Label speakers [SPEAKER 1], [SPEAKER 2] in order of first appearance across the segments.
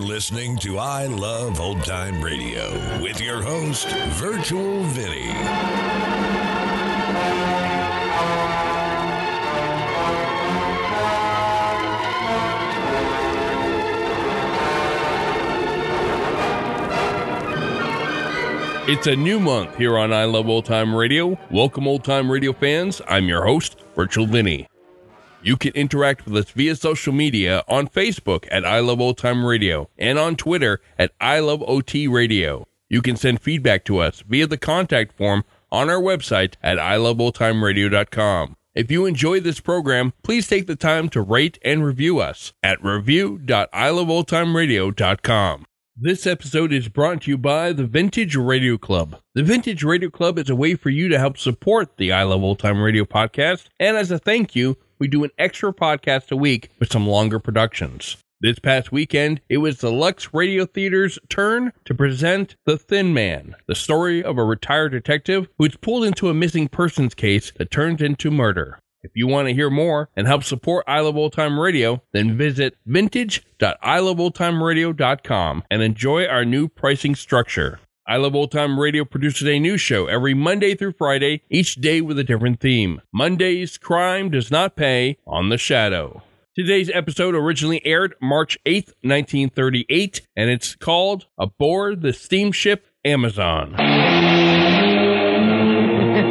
[SPEAKER 1] listening to I Love Old Time Radio with your host, Virtual Vinny.
[SPEAKER 2] It's a new month here on I Love Old Time Radio. Welcome, old time radio fans. I'm your host, Virtual Vinny. You can interact with us via social media on Facebook at I Love Old Time Radio and on Twitter at I Love OT Radio. You can send feedback to us via the contact form on our website at iloveoldtimeradio.com. If you enjoy this program, please take the time to rate and review us at review.iloveoldtimeradio.com. This episode is brought to you by the Vintage Radio Club. The Vintage Radio Club is a way for you to help support the I Love Old Time Radio podcast, and as a thank you, we do an extra podcast a week with some longer productions. This past weekend, it was the Lux Radio Theater's turn to present The Thin Man, the story of a retired detective who's pulled into a missing persons case that turns into murder. If you want to hear more and help support I Love Old Time Radio, then visit vintage.iloveoldtimeradio.com and enjoy our new pricing structure. I Love Old Time Radio produces a new show every Monday through Friday, each day with a different theme. Monday's Crime Does Not Pay on the Shadow. Today's episode originally aired March 8th, 1938, and it's called Aboard the Steamship Amazon.
[SPEAKER 3] Who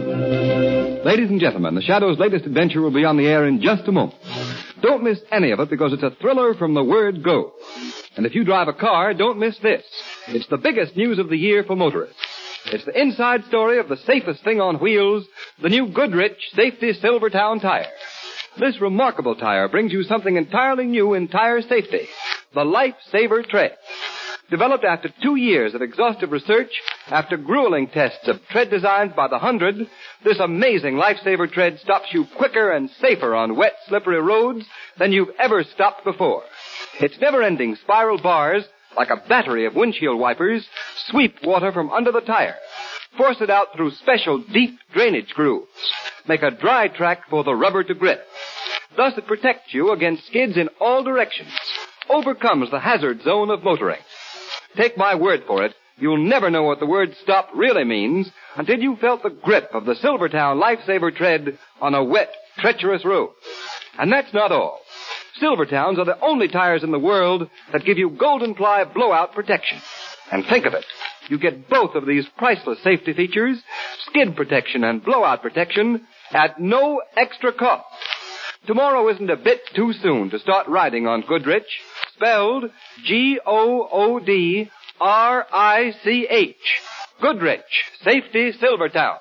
[SPEAKER 4] Ladies and gentlemen, The Shadow's latest adventure will be on the air in just a moment. Don't miss any of it because it's a thriller from the word go. And if you drive a car, don't miss this. It's the biggest news of the year for motorists. It's the inside story of the safest thing on wheels, the new Goodrich Safety Silvertown tire. This remarkable tire brings you something entirely new in tire safety, the Lifesaver Tread. Developed after two years of exhaustive research, after grueling tests of tread designs by the hundred, this amazing lifesaver tread stops you quicker and safer on wet, slippery roads than you've ever stopped before. Its never-ending spiral bars, like a battery of windshield wipers, sweep water from under the tire, force it out through special deep drainage grooves, make a dry track for the rubber to grip. Thus it protects you against skids in all directions, overcomes the hazard zone of motoring. Take my word for it, you'll never know what the word stop really means until you felt the grip of the Silvertown Lifesaver tread on a wet, treacherous road. And that's not all. Silvertowns are the only tires in the world that give you golden ply blowout protection. And think of it. You get both of these priceless safety features, skid protection and blowout protection, at no extra cost. Tomorrow isn't a bit too soon to start riding on Goodrich, spelled G-O-O-D-R-I-C-H. Goodrich, Safety Silvertown.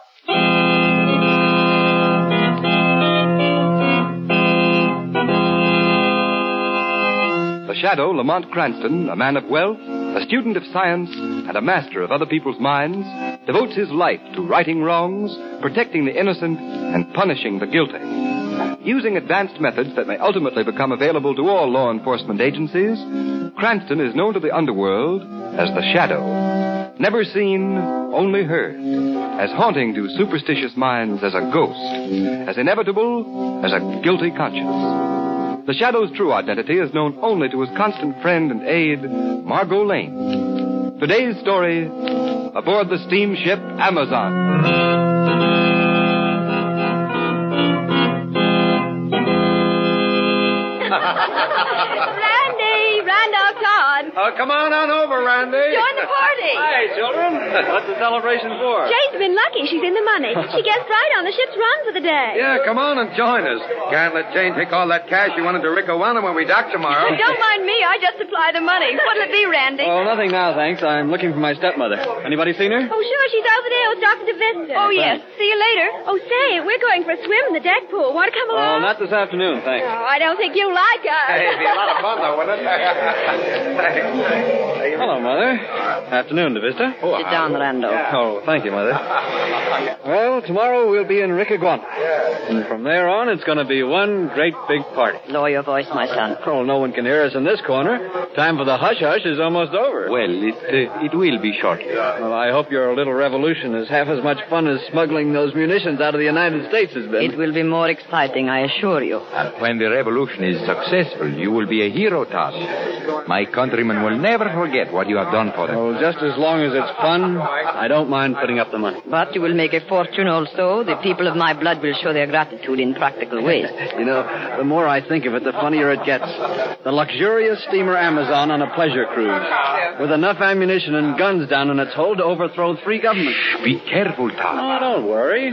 [SPEAKER 4] The shadow, Lamont Cranston, a man of wealth, a student of science, and a master of other people's minds, devotes his life to righting wrongs, protecting the innocent, and punishing the guilty. Using advanced methods that may ultimately become available to all law enforcement agencies, Cranston is known to the underworld as the Shadow. Never seen, only heard. As haunting to superstitious minds as a ghost, as inevitable as a guilty conscience. The Shadow's true identity is known only to his constant friend and aide, Margot Lane. Today's story, aboard the steamship Amazon.
[SPEAKER 5] Randy, Randolph Todd.
[SPEAKER 4] Uh, come on on over, Randy.
[SPEAKER 5] Join the party.
[SPEAKER 4] Hi, children. What's the celebration for?
[SPEAKER 5] Jane's been lucky. She's in the money. She guessed right on the ship's run for the day.
[SPEAKER 4] Yeah, come on and join us. Can't let Jane take all that cash you wanted to Ricawana when we dock tomorrow.
[SPEAKER 5] But don't mind me. I just supply the money. What'll it be, Randy?
[SPEAKER 6] Oh, nothing now, thanks. I'm looking for my stepmother. Anybody seen her?
[SPEAKER 5] Oh, sure. She's over there with Dr. DeVesta. Oh, yes. See you later. Oh, say, we're going for a swim in the deck pool. Want to come
[SPEAKER 6] Oh,
[SPEAKER 5] along?
[SPEAKER 6] not this afternoon, thanks.
[SPEAKER 5] Oh, I don't think you'll like us.
[SPEAKER 4] It'd be a lot of fun, though, wouldn't it?
[SPEAKER 6] Hello, Mother. Afternoon, DeVista. Oh,
[SPEAKER 7] Sit down,
[SPEAKER 4] uh,
[SPEAKER 7] Rando.
[SPEAKER 6] oh, thank you, Mother. Well, tomorrow we'll be in Ricaguana. And from there on, it's going to be one great big party.
[SPEAKER 7] Lower your voice, my son.
[SPEAKER 6] Oh, no one can hear us in this corner. Time for the hush-hush is almost over.
[SPEAKER 8] Well, it, uh, it will be shortly.
[SPEAKER 6] Well, I hope your little revolution is half as much fun as smuggling those munitions out of the United States has been.
[SPEAKER 7] It will be more exciting, I assure you.
[SPEAKER 8] And when the revolution is successful, you will be a hero, Todd. My countrymen will never forget what you have done for them.
[SPEAKER 6] Well, Oh, just as long as it's fun, I don't mind putting up the money.
[SPEAKER 7] But you will make a fortune also. The people of my blood will show their gratitude in practical ways.
[SPEAKER 6] You know, the more I think of it, the funnier it gets. The luxurious steamer Amazon on a pleasure cruise. With enough ammunition and guns down in its hold to overthrow three governments.
[SPEAKER 8] Be careful, Todd.
[SPEAKER 6] Oh, don't worry.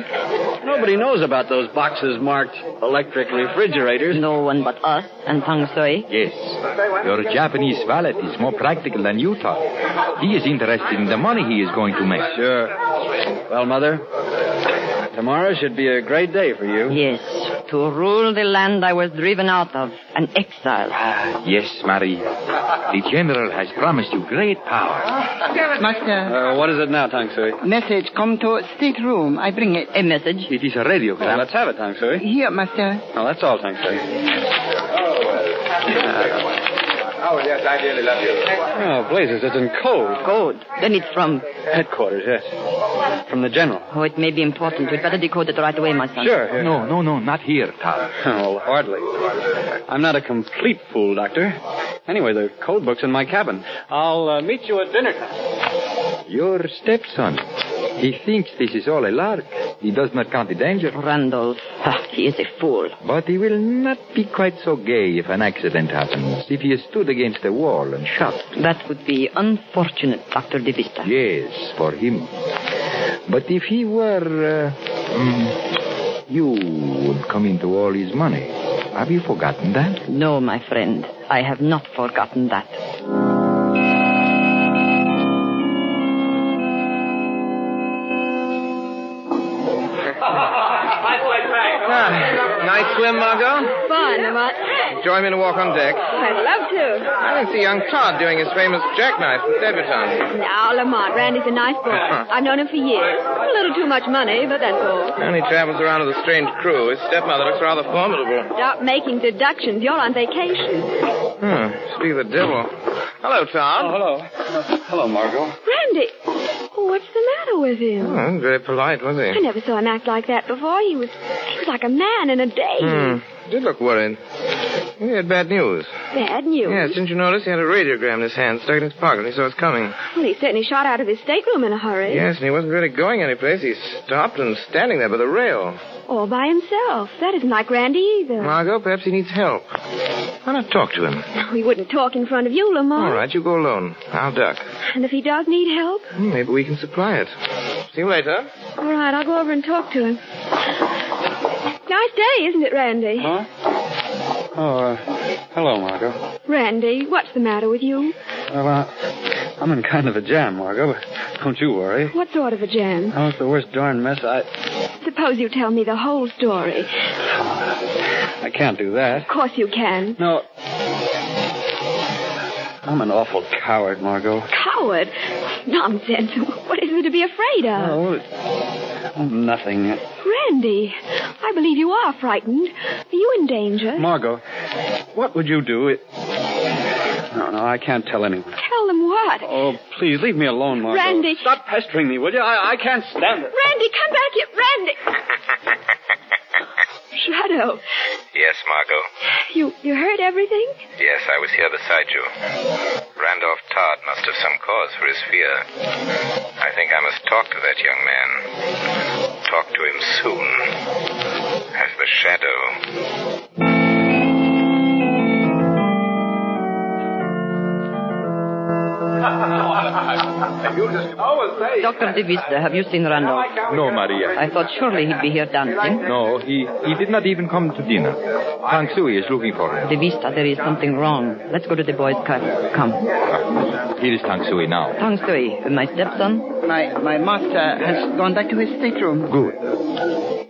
[SPEAKER 6] Nobody knows about those boxes marked electric refrigerators.
[SPEAKER 7] No one but us and Tang Sui.
[SPEAKER 8] Yes. Your Japanese valet is more practical than you thought. He is interested in the money he is going to make.
[SPEAKER 6] Sure. Well, Mother, tomorrow should be a great day for you.
[SPEAKER 7] Yes, to rule the land I was driven out of, an exile.
[SPEAKER 8] Yes, Marie. The general has promised you great power.
[SPEAKER 9] Master,
[SPEAKER 6] Uh, what is it now, Tang Sui?
[SPEAKER 9] message come to state room. I bring it.
[SPEAKER 7] A message?
[SPEAKER 8] It is a radiogram.
[SPEAKER 6] let's have it, Tang Sui.
[SPEAKER 9] Here, Master.
[SPEAKER 6] Well, that's all, Tang Sui.
[SPEAKER 4] Oh, yes, I dearly love you.
[SPEAKER 6] Oh, blazes, it's in code.
[SPEAKER 7] Code. Then it's from.
[SPEAKER 6] Headquarters, yes. From the general.
[SPEAKER 7] Oh, it may be important. We'd better decode it right away, my son.
[SPEAKER 6] Sure. here.
[SPEAKER 8] No, no, no, not here, Todd.
[SPEAKER 6] Oh, hardly. I'm not a complete fool, Doctor. Anyway, the code book's in my cabin. I'll uh, meet you at dinner time.
[SPEAKER 8] Your stepson. He thinks this is all a lark. He does not count the danger.
[SPEAKER 7] Randolph. Ah, he is a fool.
[SPEAKER 8] But he will not be quite so gay if an accident happens, if he is stood against a wall and shot.
[SPEAKER 7] That would be unfortunate, Dr. De Vista.
[SPEAKER 8] Yes, for him. But if he were. Uh, mm, you would come into all his money. Have you forgotten that?
[SPEAKER 7] No, my friend. I have not forgotten that.
[SPEAKER 4] Ah,
[SPEAKER 10] Ah.
[SPEAKER 4] Nice swim, Margot.
[SPEAKER 5] Fun, what?
[SPEAKER 4] Join me to walk on deck.
[SPEAKER 5] I'd love to.
[SPEAKER 4] I don't see young Todd doing his famous jackknife with debutante.
[SPEAKER 5] Now, Lamont, Randy's a nice boy. I've known him for years. A little too much money, but that's all.
[SPEAKER 4] And he travels around with a strange crew. His stepmother looks rather formidable.
[SPEAKER 5] Stop making deductions. You're on vacation.
[SPEAKER 4] Hmm, must be the devil. Hello, Todd.
[SPEAKER 6] hello. Oh, Hello, Margot.
[SPEAKER 5] Randy! Oh, what's the matter with him?
[SPEAKER 4] wasn't Hmm, very polite, was
[SPEAKER 5] I
[SPEAKER 4] he?
[SPEAKER 5] never saw him act like that before. He was he was like a man in a daze.
[SPEAKER 4] Hmm, did look worried. He had bad news.
[SPEAKER 5] Bad news.
[SPEAKER 4] Yes, didn't you notice he had a radiogram in his hand stuck in his pocket and he saw us coming?
[SPEAKER 5] Well, he certainly shot out of his stateroom in a hurry.
[SPEAKER 4] Yes, and he wasn't really going anyplace. He stopped and was standing there by the rail.
[SPEAKER 5] All by himself. That isn't like Randy either.
[SPEAKER 4] Margot, perhaps he needs help. Why not talk to him?
[SPEAKER 5] He wouldn't talk in front of you, Lamont.
[SPEAKER 4] All right, you go alone. I'll duck.
[SPEAKER 5] And if he does need help,
[SPEAKER 4] Hmm, Maybe we can supply it. See you later.
[SPEAKER 5] all right, I'll go over and talk to him. Nice day, isn't it, Randy?
[SPEAKER 6] Huh? Oh, uh, hello, Margot.
[SPEAKER 5] Randy, what's the matter with you?
[SPEAKER 6] Well, uh, I'm in kind of a jam, Margot, but don't you worry.
[SPEAKER 5] What sort of a jam?
[SPEAKER 6] Oh, it's the worst darn mess. I
[SPEAKER 5] Suppose you tell me the whole story. Of
[SPEAKER 6] I can't do that.
[SPEAKER 5] course you can.
[SPEAKER 6] No. I'm an awful coward, Margot.
[SPEAKER 5] Uh. Coward? Nonsense. What is there to be afraid of?
[SPEAKER 6] Oh, it- oh, nothing.
[SPEAKER 5] Randy, I believe you are frightened. Are you in danger?
[SPEAKER 6] Margot, what would you do if... No, no, I can't tell anyone.
[SPEAKER 5] Tell them what?
[SPEAKER 6] Oh, please leave me alone, Margot.
[SPEAKER 5] Randy.
[SPEAKER 6] Stop pestering me, will you? I, I can't stand it.
[SPEAKER 5] Randy, come back here. Randy! Shadow,
[SPEAKER 11] Yes, Margot.
[SPEAKER 5] you, you heard everything?
[SPEAKER 11] Yes, I was here beside you. Randolph Todd must have some cause for his fear. I think I must talk to that young man. Talk to him soon. As the shadow.
[SPEAKER 7] Dr. De Vista, have you seen Randolph?
[SPEAKER 8] No, Maria.
[SPEAKER 7] I thought surely he'd be here dancing.
[SPEAKER 8] No, he, he did not even come to dinner. Tang Sui is looking for him.
[SPEAKER 7] De Vista, there is something wrong. Let's go to the boys' club. Come.
[SPEAKER 8] Here is Tang Sui now.
[SPEAKER 7] Tang Sui, my stepson.
[SPEAKER 9] My, my master has gone back to his stateroom.
[SPEAKER 8] Good.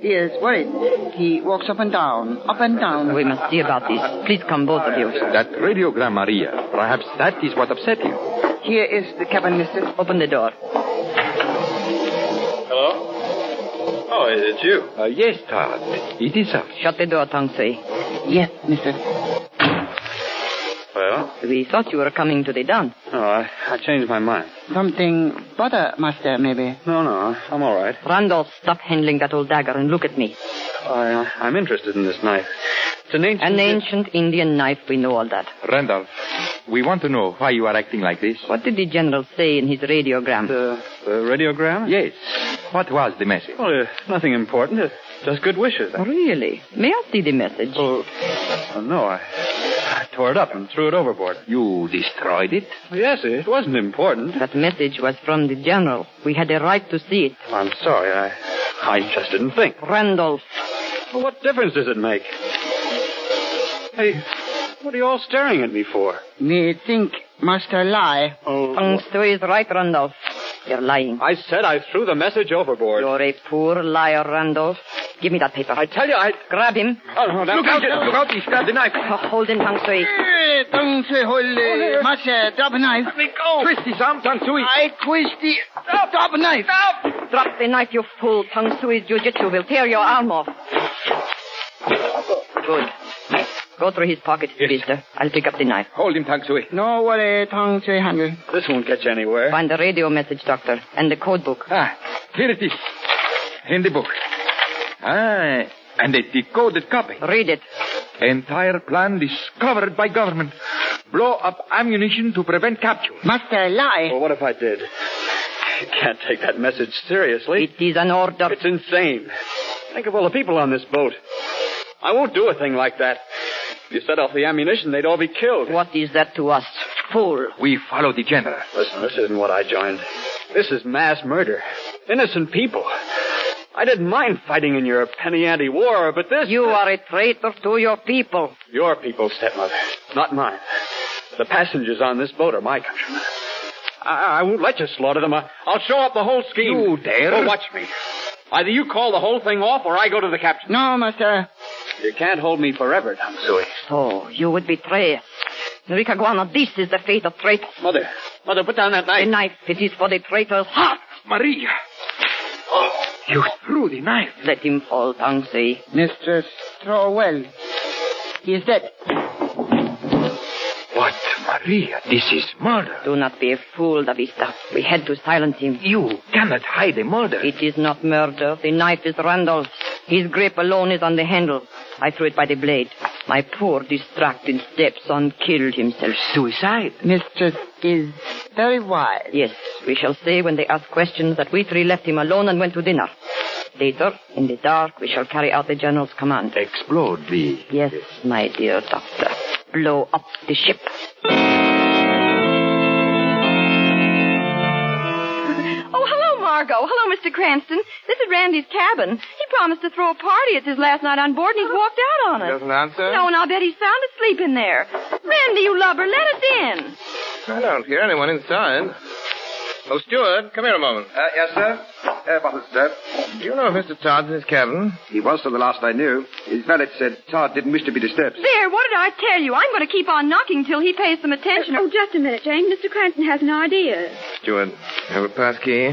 [SPEAKER 9] He is worried. He walks up and down, up and down.
[SPEAKER 7] We must see about this. Please come, both of you.
[SPEAKER 8] That radiogram, Maria. Perhaps that is what upset him.
[SPEAKER 9] Here is the cabin, Oh, mistress.
[SPEAKER 7] Open the door.
[SPEAKER 6] Hello? Oh, it's you.
[SPEAKER 8] Uh, yes, Todd. It is us.
[SPEAKER 7] Shut the door, Tang Sui.
[SPEAKER 9] Yes, mister.
[SPEAKER 6] Well?
[SPEAKER 7] We thought you were coming to the dance.
[SPEAKER 6] Oh, I, I changed my mind.
[SPEAKER 9] Something bother master, maybe.
[SPEAKER 6] No, no, I'm all right.
[SPEAKER 7] Randolph, stop handling that old dagger and look at me.
[SPEAKER 6] I, uh, I'm interested in this knife. It's an ancient...
[SPEAKER 7] An ancient Indian knife, we know all that.
[SPEAKER 8] Randolph, we want to know why you are acting like this.
[SPEAKER 7] What did the general say in his radiogram?
[SPEAKER 6] The, the radiogram?
[SPEAKER 8] Yes. What was the message?
[SPEAKER 6] Well, uh, nothing important. Uh, just good wishes.
[SPEAKER 7] Really? May I see the message?
[SPEAKER 6] Oh, uh, no, I, I tore it up and threw it overboard. Oh,
[SPEAKER 8] You destroyed it?
[SPEAKER 6] Yes, it wasn't important.
[SPEAKER 7] That message was from the general. We had a right to see it.
[SPEAKER 6] I'm sorry, I, I just didn't think.
[SPEAKER 7] Randolph.
[SPEAKER 6] Well, what difference does it make? Hey, what are you all staring at me for?
[SPEAKER 9] Me think master lie.
[SPEAKER 7] Feng Shui is right, Randolph. You're lying.
[SPEAKER 6] I said I threw the message overboard.
[SPEAKER 7] You're a poor liar, Randolph. Give me that paper.
[SPEAKER 6] I tell you, I...
[SPEAKER 7] Grab him.
[SPEAKER 6] Oh, no, that-
[SPEAKER 8] Look out! Look out! He's got the knife.
[SPEAKER 7] Oh, hold him, Feng Shui.
[SPEAKER 9] Eh, Don't say holy. Master, drop a knife.
[SPEAKER 8] Let me go. Twist his arm, Tang Sui.
[SPEAKER 9] I twist the... Drop a knife.
[SPEAKER 7] Drop the knife, you fool. Feng Shui's jujitsu will tear your arm off. Good. Go through his pockets, Vista. I'll pick up the knife.
[SPEAKER 8] Hold him, Tang Sui.
[SPEAKER 9] No worry, tongue say handle.
[SPEAKER 6] This won't get you anywhere.
[SPEAKER 7] Find the radio message, Doctor, and the code book.
[SPEAKER 8] Ah, here it is. In the book. Ah, and a decoded copy.
[SPEAKER 7] Read it.
[SPEAKER 8] Entire plan discovered by government. Blow up ammunition to prevent capture.
[SPEAKER 9] Master lie.
[SPEAKER 6] Well, what if I did? You can't take that message seriously.
[SPEAKER 7] It is an order.
[SPEAKER 6] It's insane. Think of all the people on this boat. I won't do a thing like that. If you set off the ammunition, they'd all be killed.
[SPEAKER 7] What is that to us? Fool.
[SPEAKER 8] We follow the general.
[SPEAKER 6] Listen, this isn't what I joined. This is mass murder. Innocent people. I didn't mind fighting in your penny ante war, but this.
[SPEAKER 7] You are a traitor to your people.
[SPEAKER 6] Your people, stepmother, not mine. The passengers on this boat are my countrymen. I, I won't let you slaughter them. I- I'll show up the whole scheme.
[SPEAKER 8] You dare?
[SPEAKER 6] Oh, watch me. Either you call the whole thing off, or I go to the captain.
[SPEAKER 9] No, master.
[SPEAKER 6] You can't hold me forever, Tom Sui.
[SPEAKER 7] So, you would betray us. Enrica Guana, this is the fate of traitors.
[SPEAKER 6] Mother, mother, put down that
[SPEAKER 7] The
[SPEAKER 6] knife.
[SPEAKER 7] knife, it is for the traitor's heart.
[SPEAKER 8] Maria. You threw the knife.
[SPEAKER 7] Let him fall, Tang Sui.
[SPEAKER 9] Mistress Trowell. He is dead.
[SPEAKER 8] What, Maria? This is murder.
[SPEAKER 7] Do not be a fool, Davista. We had to silence him.
[SPEAKER 8] You cannot hide a murder.
[SPEAKER 7] It is not murder. The knife is Randolph's. His grip alone is on the handle. I threw it by the blade. My poor, distracted stepson killed himself.
[SPEAKER 8] Suicide.
[SPEAKER 9] Mistress is very wise.
[SPEAKER 7] Yes, we shall say when they ask questions that we three left him alone and went to dinner. Later, in the dark, we shall carry out the general's command.
[SPEAKER 8] Explode the...
[SPEAKER 7] Yes, my dear doctor. Blow up the ship.
[SPEAKER 5] Oh, hello, Margot. Hello, Mr. Cranston. This is Randy's cabin. He promised to throw a party. It's his last night on board, and he's walked out on us.
[SPEAKER 10] Doesn't answer?
[SPEAKER 5] No, and I'll bet he's sound asleep in there. Randy, you lubber, let us in.
[SPEAKER 10] I don't hear anyone inside. Oh, Steward, come here a moment.
[SPEAKER 4] Uh, yes, sir. Uh, what is that?
[SPEAKER 10] Do you know Mr. Todd's in his cabin?
[SPEAKER 4] He was till the last I knew. His valet said Todd didn't wish to be disturbed.
[SPEAKER 5] There, what did I tell you? I'm going to keep on knocking till he pays some attention. oh, just a minute, Jane. Mr. Cranston has an idea.
[SPEAKER 10] Steward, have a pass key.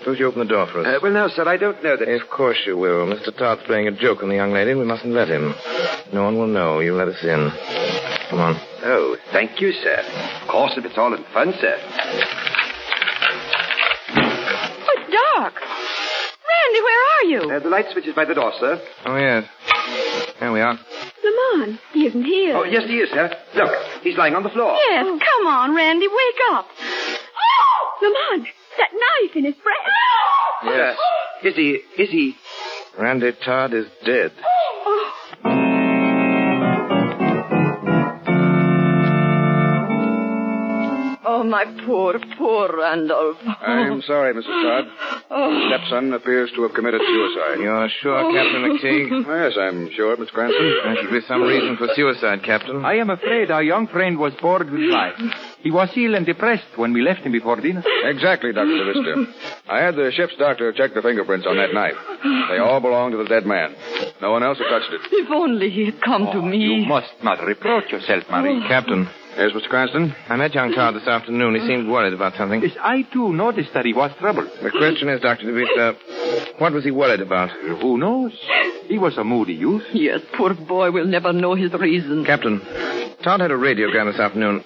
[SPEAKER 10] Suppose you open the door for us.
[SPEAKER 4] Uh, well, no, sir, I don't know that.
[SPEAKER 10] of course you will. Mr. Todd's playing a joke on the young lady, and we mustn't let him. No one will know. You let us in. Come on.
[SPEAKER 4] Oh, thank you, sir. Of course, if it's all in fun, sir.
[SPEAKER 5] Oh, it's dark. Randy, where are you?
[SPEAKER 4] Uh, the light switch is by the door, sir.
[SPEAKER 10] Oh, yes. Here we are.
[SPEAKER 5] Lamont, he isn't here.
[SPEAKER 4] Oh, yes, he is, sir. Look, he's lying on the floor.
[SPEAKER 5] Yes, come on, Randy, wake up. Oh! Lamont, that knife in his breast.
[SPEAKER 10] Yes.
[SPEAKER 4] Is he? Is he?
[SPEAKER 10] Randy Todd is dead.
[SPEAKER 5] Oh.
[SPEAKER 7] Oh, my poor, poor Randolph.
[SPEAKER 12] I'm sorry, Mrs. Todd.
[SPEAKER 7] Oh.
[SPEAKER 12] Stepson appears to have committed suicide.
[SPEAKER 10] You're sure, Captain McTeague?
[SPEAKER 12] Yes, I'm sure, Miss Cranston.
[SPEAKER 10] There should be some reason for suicide, Captain.
[SPEAKER 13] I am afraid our young friend was bored with life. He was ill and depressed when we left him before dinner.
[SPEAKER 12] Exactly, Dr. DeVista. I had the ship's doctor check the fingerprints on that knife. They all belong to the dead man. No one else had touched it.
[SPEAKER 7] If only he had come to me.
[SPEAKER 12] Oh, You must not reproach yourself, Marie.
[SPEAKER 10] Oh. Captain.
[SPEAKER 12] Yes, Mr. Cranston?
[SPEAKER 10] I met young Todd this afternoon. He seemed worried about something.
[SPEAKER 13] Yes, I too noticed that he was troubled.
[SPEAKER 10] The question is, Dr. DeVita, what was he worried about?
[SPEAKER 13] Who knows? He was a moody youth.
[SPEAKER 7] Yes, poor boy will never know his reason.
[SPEAKER 10] Captain, Todd had a radiogram this afternoon.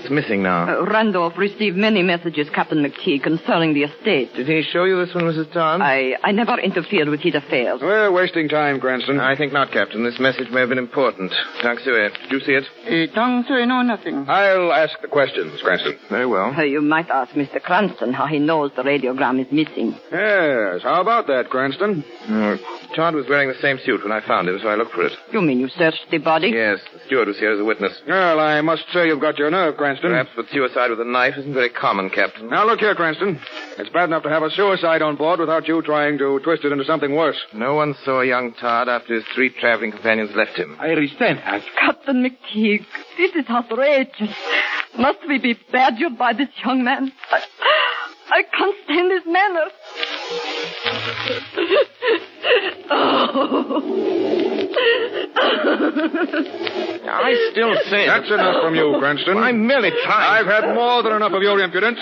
[SPEAKER 10] It's missing now.
[SPEAKER 7] Uh, Randolph received many messages, Captain McKee, concerning the estate.
[SPEAKER 10] Did he show you this one, Mrs. Todd?
[SPEAKER 7] I, I never interfered with his affairs.
[SPEAKER 12] We're wasting time, Cranston.
[SPEAKER 10] I think not, Captain. This message may have been important. Tang Sue, did you see it?
[SPEAKER 9] Uh, Tong Sui know nothing.
[SPEAKER 12] I'll ask the question, Miss Cranston.
[SPEAKER 10] Very well.
[SPEAKER 7] Uh, you might ask Mr. Cranston how he knows the radiogram is missing.
[SPEAKER 12] Yes, how about that, Cranston?
[SPEAKER 10] Uh, Todd was wearing the same suit when I found him, so I looked for it.
[SPEAKER 7] You mean you searched the body?
[SPEAKER 10] Yes, the steward was here as a witness.
[SPEAKER 12] Well, I must say you've got your nerve, Cranston.
[SPEAKER 10] Perhaps, but suicide with a knife isn't very common, Captain.
[SPEAKER 12] Now, look here, Cranston. It's bad enough to have a suicide on board without you trying to twist it into something worse.
[SPEAKER 10] No one saw young Todd after his three traveling companions left him.
[SPEAKER 13] I resent that.
[SPEAKER 7] Captain McTeague, this is outrageous. Must we be badgered by this young man? I, I can't stand his manners.
[SPEAKER 10] Oh. I still say
[SPEAKER 12] That's enough from you, Cranston.
[SPEAKER 10] I'm merely trying.
[SPEAKER 12] I've had more than enough of your impudence.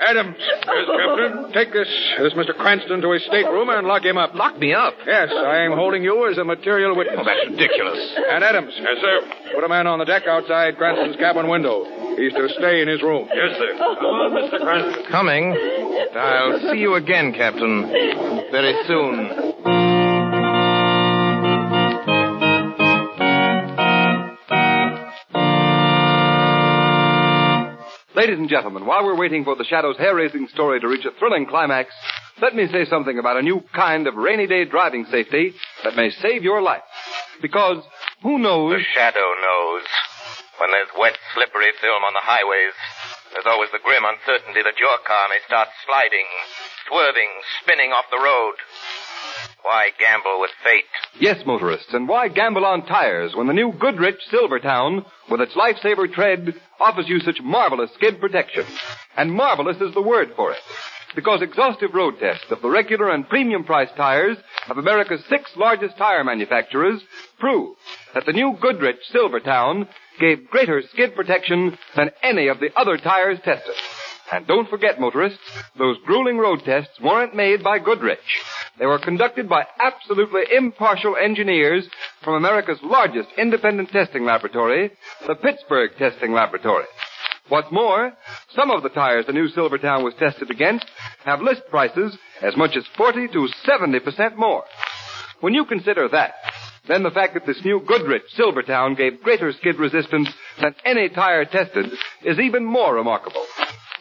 [SPEAKER 12] Adams, here's Captain. Take this, this Mr. Cranston to his stateroom and lock him up.
[SPEAKER 10] Lock me up.
[SPEAKER 12] Yes, I am holding you as a material witness.
[SPEAKER 10] Oh, that's ridiculous.
[SPEAKER 12] And Adams. Yes, sir. Put a man on the deck outside Cranston's cabin window. He's to stay in his room.
[SPEAKER 11] Yes, sir. Come on, Mr. Cranston.
[SPEAKER 10] Coming. I'll see you again, Captain. Very soon.
[SPEAKER 4] Ladies and gentlemen, while we're waiting for the Shadow's hair raising story to reach a thrilling climax, let me say something about a new kind of rainy day driving safety that may save your life. Because who knows?
[SPEAKER 11] The shadow knows. When there's wet, slippery film on the highways, there's always the grim uncertainty that your car may start sliding, swerving, spinning off the road. Why gamble with fate?
[SPEAKER 4] Yes, motorists, and why gamble on tires when the new Goodrich Silvertown, with its lifesaver tread, offers you such marvelous skid protection? And marvelous is the word for it. Because exhaustive road tests of the regular and premium priced tires of America's six largest tire manufacturers prove that the new Goodrich Silvertown gave greater skid protection than any of the other tires tested. And don't forget, motorists, those grueling road tests weren't made by Goodrich. They were conducted by absolutely impartial engineers from America's largest independent testing laboratory, the Pittsburgh Testing Laboratory. What's more, some of the tires the new Silvertown was tested against have list prices as much as 40 to 70% more. When you consider that, then the fact that this new Goodrich Silvertown gave greater skid resistance than any tire tested is even more remarkable.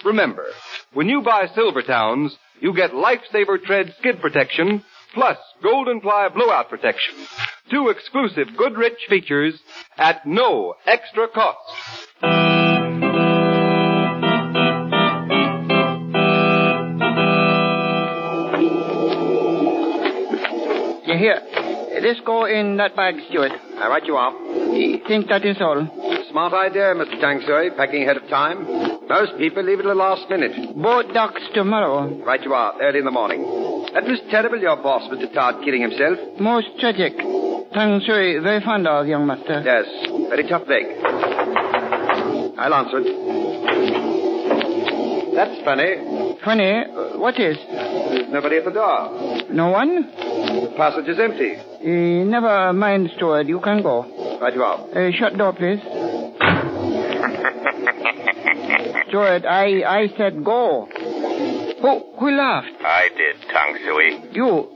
[SPEAKER 4] Remember, when you buy Silvertowns, you get Lifesaver Tread skid protection plus Golden Ply blowout protection. Two exclusive Goodrich features at no extra cost.
[SPEAKER 9] You hear? This go in that bag, Stewart.
[SPEAKER 14] I write you off.
[SPEAKER 9] Think that is all.
[SPEAKER 14] Smart idea, Mr. Tang Sui, packing ahead of time. Most people leave it to the last minute.
[SPEAKER 9] Boat docks tomorrow.
[SPEAKER 14] Right you are, early in the morning. That was terrible, your boss, Mr. Todd, killing himself.
[SPEAKER 9] Most tragic. Tang Shui, very fond of young master.
[SPEAKER 14] Yes, very tough break. I'll answer it. That's funny.
[SPEAKER 9] Funny, uh, what is?
[SPEAKER 14] There's nobody at the door.
[SPEAKER 9] No one?
[SPEAKER 14] The passage is empty.
[SPEAKER 9] Uh, never mind, Stewart. You can go.
[SPEAKER 14] Right you are.
[SPEAKER 9] Uh, shut door, please. Stewart, I, I said go. Who, who laughed?
[SPEAKER 11] I did, Tang Sui.
[SPEAKER 9] You.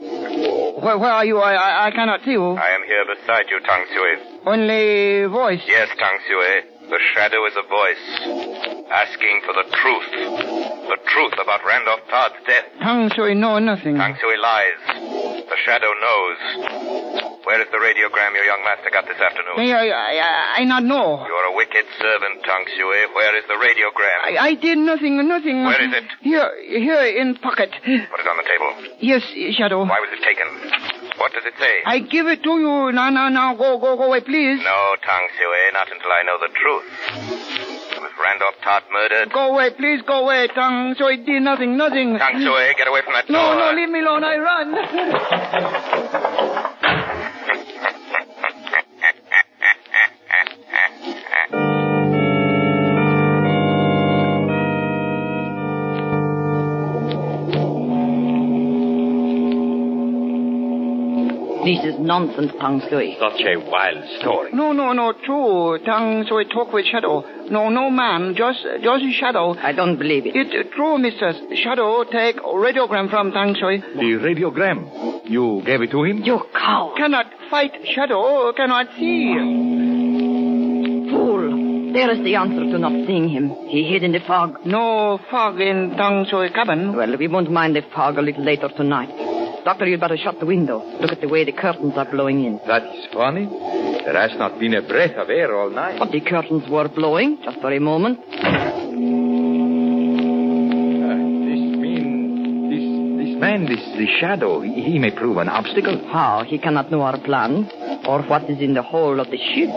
[SPEAKER 9] Where, where are you? I, I, I cannot see you.
[SPEAKER 11] I am here beside you, Tang Sui.
[SPEAKER 9] Only voice.
[SPEAKER 11] Yes, Tang Sui. The shadow is a voice asking for the truth. The truth about Randolph Todd's death.
[SPEAKER 9] Mm. Tongue so I know nothing.
[SPEAKER 11] Tang Sui lies. The shadow knows. Where is the radiogram your young master got this afternoon?
[SPEAKER 9] Hey, I, I, I- I not know.
[SPEAKER 11] You're a wicked servant, Tang Shui. Where is the radiogram?
[SPEAKER 9] I, I did nothing, nothing.
[SPEAKER 11] Where is it?
[SPEAKER 9] Here, here in pocket.
[SPEAKER 11] Put it on the table.
[SPEAKER 9] Yes, Shadow.
[SPEAKER 11] Why was it taken? What does it say?
[SPEAKER 9] Oh. I give it to you. Now, now, now, go, go, go away, please.
[SPEAKER 11] No, Tang Shui, not until I know the truth. Was Randolph Todd murdered?
[SPEAKER 9] Go away, please, go away, Tang. So I did nothing, nothing.
[SPEAKER 11] Tang Shui, get away from that
[SPEAKER 9] No,
[SPEAKER 11] door.
[SPEAKER 9] no, leave me alone. I run.
[SPEAKER 7] This is nonsense, Tang Sui.
[SPEAKER 15] Such a wild story.
[SPEAKER 9] no, no, no, true. Tang, so I talk with Shadow. No, no, ma'am. Just, just Shadow. I
[SPEAKER 7] don't believe it.
[SPEAKER 9] It uh, true, mistress. Shadow take radiogram from Tang Shui.
[SPEAKER 8] The radiogram. You gave it to him?
[SPEAKER 7] You coward.
[SPEAKER 9] Cannot fight Shadow, cannot see.
[SPEAKER 7] Fool. There is the answer to not seeing him. He hid in the fog.
[SPEAKER 9] No fog in Tang Shui cabin.
[SPEAKER 7] Well, we won't mind the fog a little later tonight. Doctor, you'd better shut the window. Look at the way the curtains are blowing in.
[SPEAKER 10] That is funny. There has not been a breath of air all night.
[SPEAKER 7] But the curtains were blowing just for a moment.
[SPEAKER 8] This man, this the shadow, he, he may prove an obstacle.
[SPEAKER 7] How? He cannot know our plan or what is in the whole of the ship.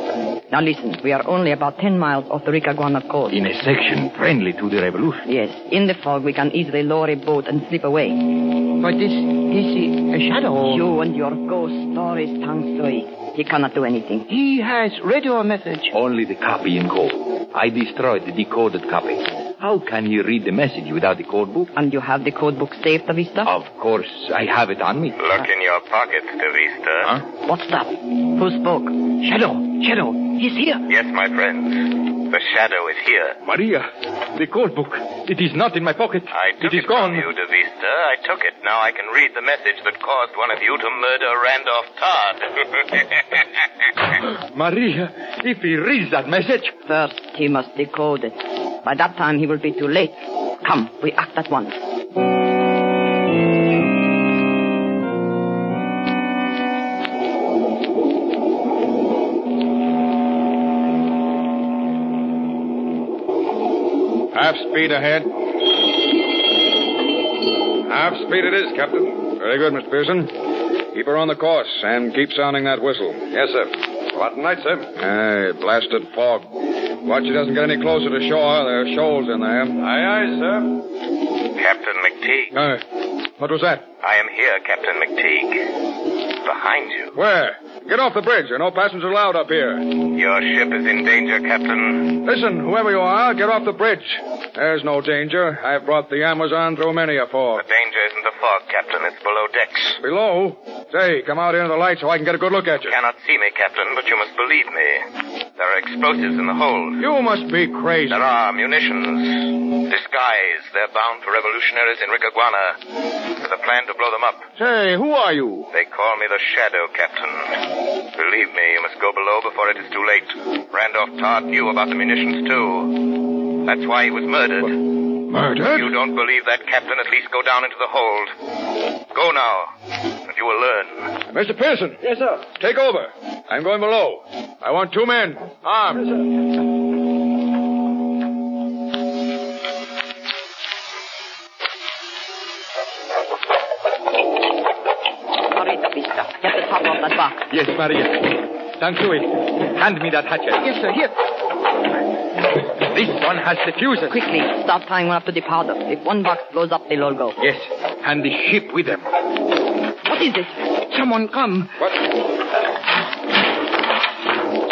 [SPEAKER 7] Now listen, we are only about 10 miles off the Ricaguana coast.
[SPEAKER 8] In a section friendly to the revolution.
[SPEAKER 7] Yes, in the fog we can easily lower a boat and slip away.
[SPEAKER 9] But this, this is a shadow.
[SPEAKER 7] You and your ghost stories, Tang Sui. He cannot do anything.
[SPEAKER 9] He has radio message.
[SPEAKER 8] Only the copy in code. I destroyed the decoded copy. How can he read the message without the code book?
[SPEAKER 7] And you have the code book saved, Tavista?
[SPEAKER 8] Of course, I have it on me.
[SPEAKER 11] Look in your pockets, Devista.
[SPEAKER 7] What's that? Who spoke?
[SPEAKER 9] Shadow, Shadow, he's here.
[SPEAKER 11] Yes, my friends. The shadow is here.
[SPEAKER 8] Maria, the code book. It is not in my pocket.
[SPEAKER 11] I took it, from you, DeVista. I took it. Now I can read the message that caused one of you to murder Randolph Todd.
[SPEAKER 8] Maria, if he reads that message.
[SPEAKER 7] First, he must decode it. By that time, he will be too late. Come, we act at once.
[SPEAKER 12] Half speed ahead. Half speed it is, Captain. Very good, Miss Pearson. Keep her on the course and keep sounding that whistle. Yes, sir. What night, sir? Hey, blasted fog. Watch she doesn't get any closer to shore. There are shoals in there. Aye, aye, sir.
[SPEAKER 11] Captain McTeague.
[SPEAKER 12] what was that?
[SPEAKER 11] I am here, Captain McTeague. Behind you.
[SPEAKER 12] Where? Get off the bridge. There are no passengers allowed up here.
[SPEAKER 11] Your ship is in danger, Captain.
[SPEAKER 12] Listen, whoever you are, get off the bridge. There's no danger. I've brought the Amazon through many a fog.
[SPEAKER 11] Danger isn't the fog, Captain. It's below decks.
[SPEAKER 12] Below? Say, come out into the light so I can get a good look at
[SPEAKER 11] You
[SPEAKER 12] you.
[SPEAKER 11] cannot see me, Captain, but you must believe me. There are explosives in the hold.
[SPEAKER 12] You must be crazy.
[SPEAKER 11] There are munitions. Disguise. They're bound for revolutionaries in Ricaguana with a plan to blow them up.
[SPEAKER 12] Say, who are you?
[SPEAKER 11] They call me the Shadow, Captain. Believe me, you must go below before it is too late. Randolph Todd knew about the munitions, too. That's why he was murdered.
[SPEAKER 12] Murdered?
[SPEAKER 11] If you don't believe that, Captain, at least go down into the hold. Go now, and you will learn.
[SPEAKER 12] Mr. Pearson. Yes, sir. Take over. I'm going below. I want two men, armed.
[SPEAKER 7] Hurry, Tavista. Get the top of that box.
[SPEAKER 8] Yes, Maria. Thank you. Hand me that hatchet.
[SPEAKER 9] Yes, sir, here.
[SPEAKER 8] This one has the fuses.
[SPEAKER 7] Quickly, start tying one up to the powder. If one box blows up, they'll all go.
[SPEAKER 8] Yes, and the ship with them.
[SPEAKER 7] What is this?
[SPEAKER 9] Someone come.
[SPEAKER 8] What?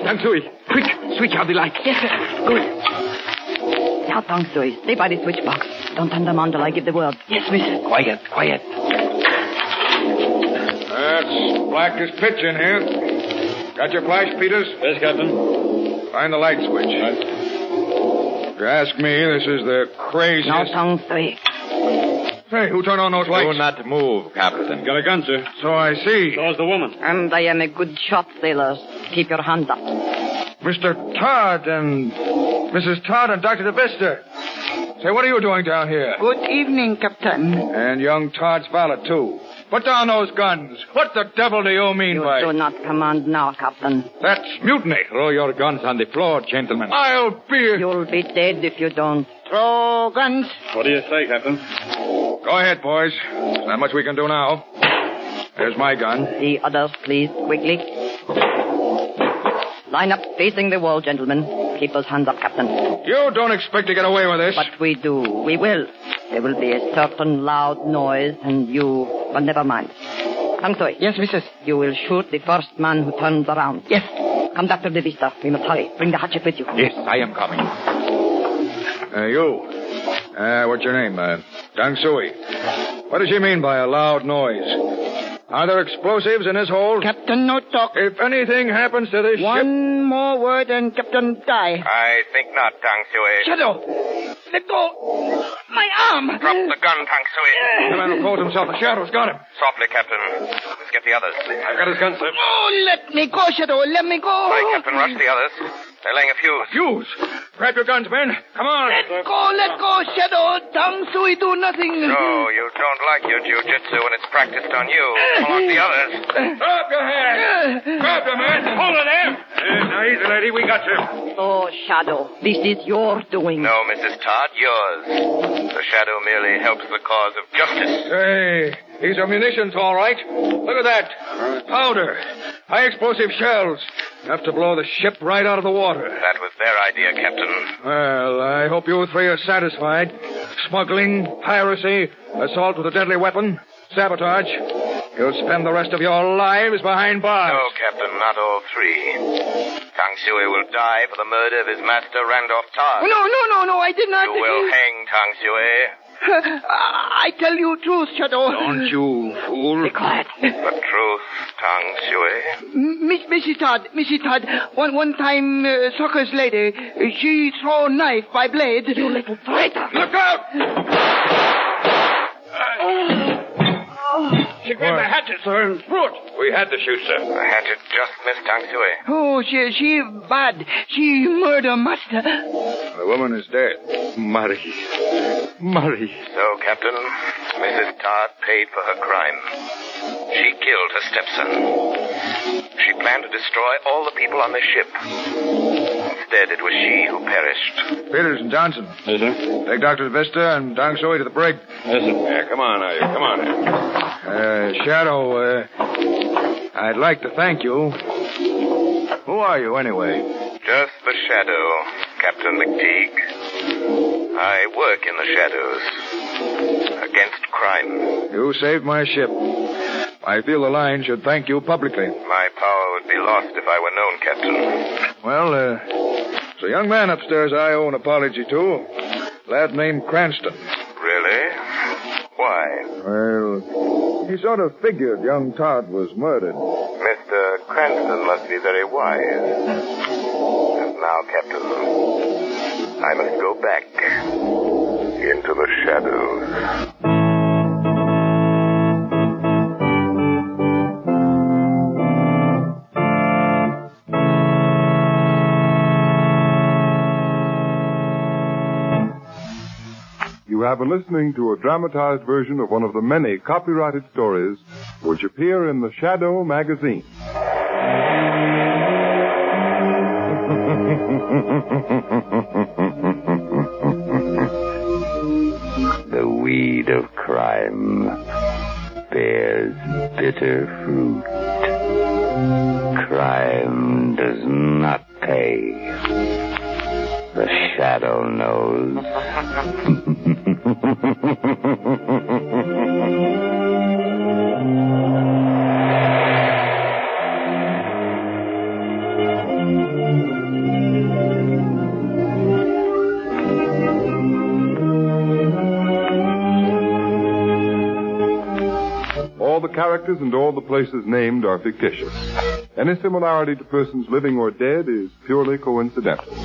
[SPEAKER 8] Tang Sui, quick, switch out the light.
[SPEAKER 7] Yes, sir. Good. Now, Tang Sui, stay by the switch box. Don't turn them on till I give the word. Yes, miss.
[SPEAKER 8] Quiet, quiet.
[SPEAKER 12] That's black as pitch in here. Got your flash, Peters? Yes, Captain. Find the light switch. If you ask me, this is the
[SPEAKER 7] Now,
[SPEAKER 12] craziest.
[SPEAKER 7] Tang Sui.
[SPEAKER 12] Hey, who turned on those lights?
[SPEAKER 10] Do not move, Captain.
[SPEAKER 12] Got a gun, sir. So I see.
[SPEAKER 15] So's the woman.
[SPEAKER 7] And I am a good shot, sailors. Keep your hands up.
[SPEAKER 12] Mr. Todd and Mrs. Todd and Dr. DeVista. Say, what are you doing down here?
[SPEAKER 9] Good evening, Captain.
[SPEAKER 12] And young Todd's valet, too.
[SPEAKER 13] Put down those guns. What the devil do you mean by...
[SPEAKER 7] Do not command now, Captain.
[SPEAKER 13] That's mutiny.
[SPEAKER 12] Throw your guns on the floor, gentlemen.
[SPEAKER 13] I'll be.
[SPEAKER 7] You'll be dead if you don't.
[SPEAKER 9] Throw guns.
[SPEAKER 12] What do you say, Captain? Go ahead, boys. There's not much we can do now. There's my gun.
[SPEAKER 7] The others, please, quickly. Line up facing the wall, gentlemen. Keep those hands up, Captain.
[SPEAKER 12] You don't expect to get away with this.
[SPEAKER 7] But we do. We will. There will be a certain loud noise, and you. But never mind. Come, Soy.
[SPEAKER 9] Yes, missus.
[SPEAKER 7] You will shoot the first man who turns around. Yes. Come, Dr. De Vista. We must hurry. Bring the hatchet with you.
[SPEAKER 12] Yes, I am coming. Uh, you. Uh, what's your name? Uh, Dang Sui. What does she mean by a loud noise? Are there explosives in this hole?
[SPEAKER 9] Captain, no talk.
[SPEAKER 12] If anything happens to this ship...
[SPEAKER 9] One more word and Captain die.
[SPEAKER 11] I think not, Tang Sui.
[SPEAKER 9] Shadow! Let go! My arm!
[SPEAKER 11] Drop the gun, Tang Sui.
[SPEAKER 12] The man who called himself a shadow's got him.
[SPEAKER 11] Softly, Captain. Let's get the others.
[SPEAKER 12] I've got his gun, sir.
[SPEAKER 9] Oh, let me go, Shadow. Let me go.
[SPEAKER 11] Right, Captain, rush the others. They're laying a fuse.
[SPEAKER 12] Fuse! Grab your guns, men. Come on.
[SPEAKER 9] Let go, let go, Shadow. Tang Sui do nothing.
[SPEAKER 11] No, you don't like your jiu-jitsu when it's practiced on you. Along the others.
[SPEAKER 12] Grab your hand. Grab the man. Hold it there. now, easy, lady. We got you.
[SPEAKER 7] Oh, Shadow, this is your doing.
[SPEAKER 11] No, Mrs. Todd, yours. The shadow merely helps the cause of justice.
[SPEAKER 12] Hey, these are munitions, all right. Look at that. Powder. High explosive shells. Enough to blow the ship right out of the water.
[SPEAKER 11] That was their idea, Captain.
[SPEAKER 12] Well, I hope you three are satisfied. Smuggling, piracy, assault with a deadly weapon, sabotage. You'll spend the rest of your lives behind bars.
[SPEAKER 11] No, Captain, not all three. Tang Sui will die for the murder of his master, Randolph Todd.
[SPEAKER 9] No, no, no, no, I did not.
[SPEAKER 11] You will hang Tang Sui.
[SPEAKER 9] I tell you truth, Shadow.
[SPEAKER 12] Don't you, fool.
[SPEAKER 9] Be quiet.
[SPEAKER 11] The truth, Tang Sui.
[SPEAKER 9] Miss, Mrs. Todd, Mrs. Todd, one, one time, uh, Soccer's lady, she throw knife by blade.
[SPEAKER 7] You little traitor.
[SPEAKER 12] Look out!
[SPEAKER 9] Oh.
[SPEAKER 12] She grabbed the hatchet, sir, and threw it. We had to shoot,
[SPEAKER 11] The
[SPEAKER 12] sir.
[SPEAKER 11] hatchet just missed Tang Sui.
[SPEAKER 9] Oh, she, she bad. She murder master.
[SPEAKER 12] The woman is dead. Marie. Marie.
[SPEAKER 11] So, Captain, Mrs. Todd paid for her crime. She killed her stepson. She planned to destroy all the people on the ship. Instead, it was she who perished.
[SPEAKER 12] Peters and Johnson. Yes, sir. Take Dr. Vista and Dong Sui to the brig. Yes, sir. Yeah, come on, you. Come on. Uh, Shadow, uh, I'd like to thank you. Who are you, anyway?
[SPEAKER 11] Just the shadow, Captain McTeague. I work in the shadows. Against crime.
[SPEAKER 12] You saved my ship. I feel the line should thank you publicly.
[SPEAKER 11] My power would be lost if I were known, Captain.
[SPEAKER 12] Well, uh, there's a young man upstairs I owe an apology to. Lad named Cranston.
[SPEAKER 11] Really? Why?
[SPEAKER 12] Well, he sort of figured young Todd was murdered.
[SPEAKER 11] Mr. Cranston must be very wise. And now, Captain, I must go back into the shadows.
[SPEAKER 16] You have been listening to a dramatized version of one of the many copyrighted stories which appear in the Shadow magazine.
[SPEAKER 3] The weed of crime bears bitter fruit. Crime does not pay. The shadow knows.
[SPEAKER 16] All the characters and all the places named are fictitious. Any similarity to persons living or dead is purely coincidental.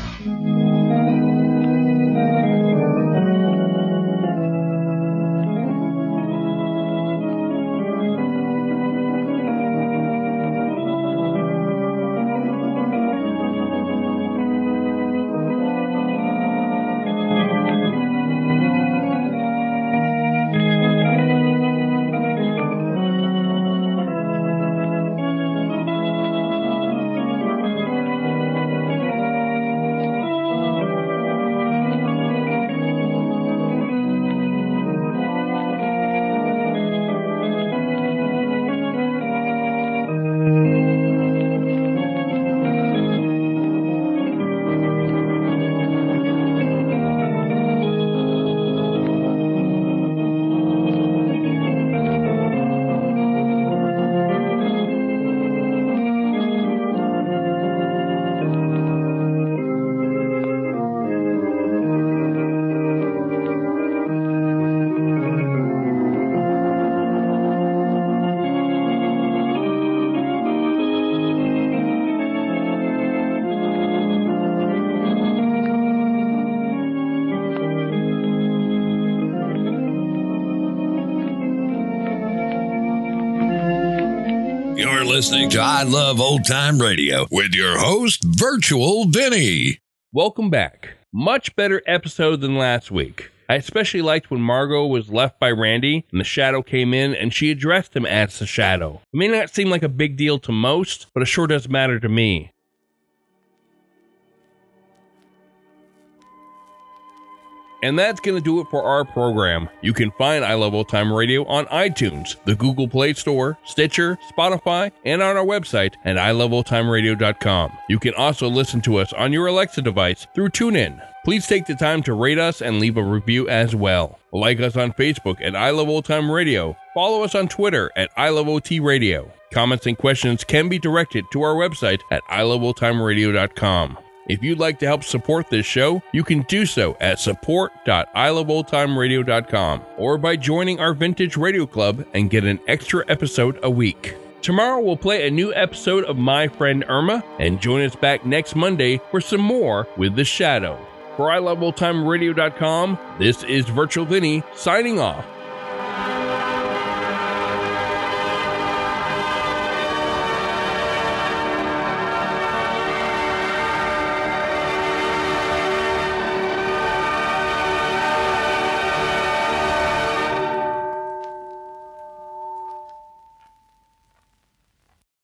[SPEAKER 1] You're listening to I Love Old Time Radio with your host, Virtual Vinny.
[SPEAKER 2] Welcome back. Much better episode than last week. I especially liked when Margot was left by Randy and the shadow came in and she addressed him as the shadow. It may not seem like a big deal to most, but it sure does matter to me. And that's going to do it for our program. You can find I Love Old Time Radio on iTunes, the Google Play Store, Stitcher, Spotify, and on our website at iloveoldtimeradio.com. You can also listen to us on your Alexa device through TuneIn. Please take the time to rate us and leave a review as well. Like us on Facebook at I Love Old Time Radio. Follow us on Twitter at I Love OT Radio. Comments and questions can be directed to our website at iloveoldtimeradio.com. If you'd like to help support this show, you can do so at support.iloveoldtimeradio.com or by joining our Vintage Radio Club and get an extra episode a week. Tomorrow we'll play a new episode of My Friend Irma and join us back next Monday for some more with The Shadow. For iloveoldtimeradio.com, this is Virtual Vinny signing off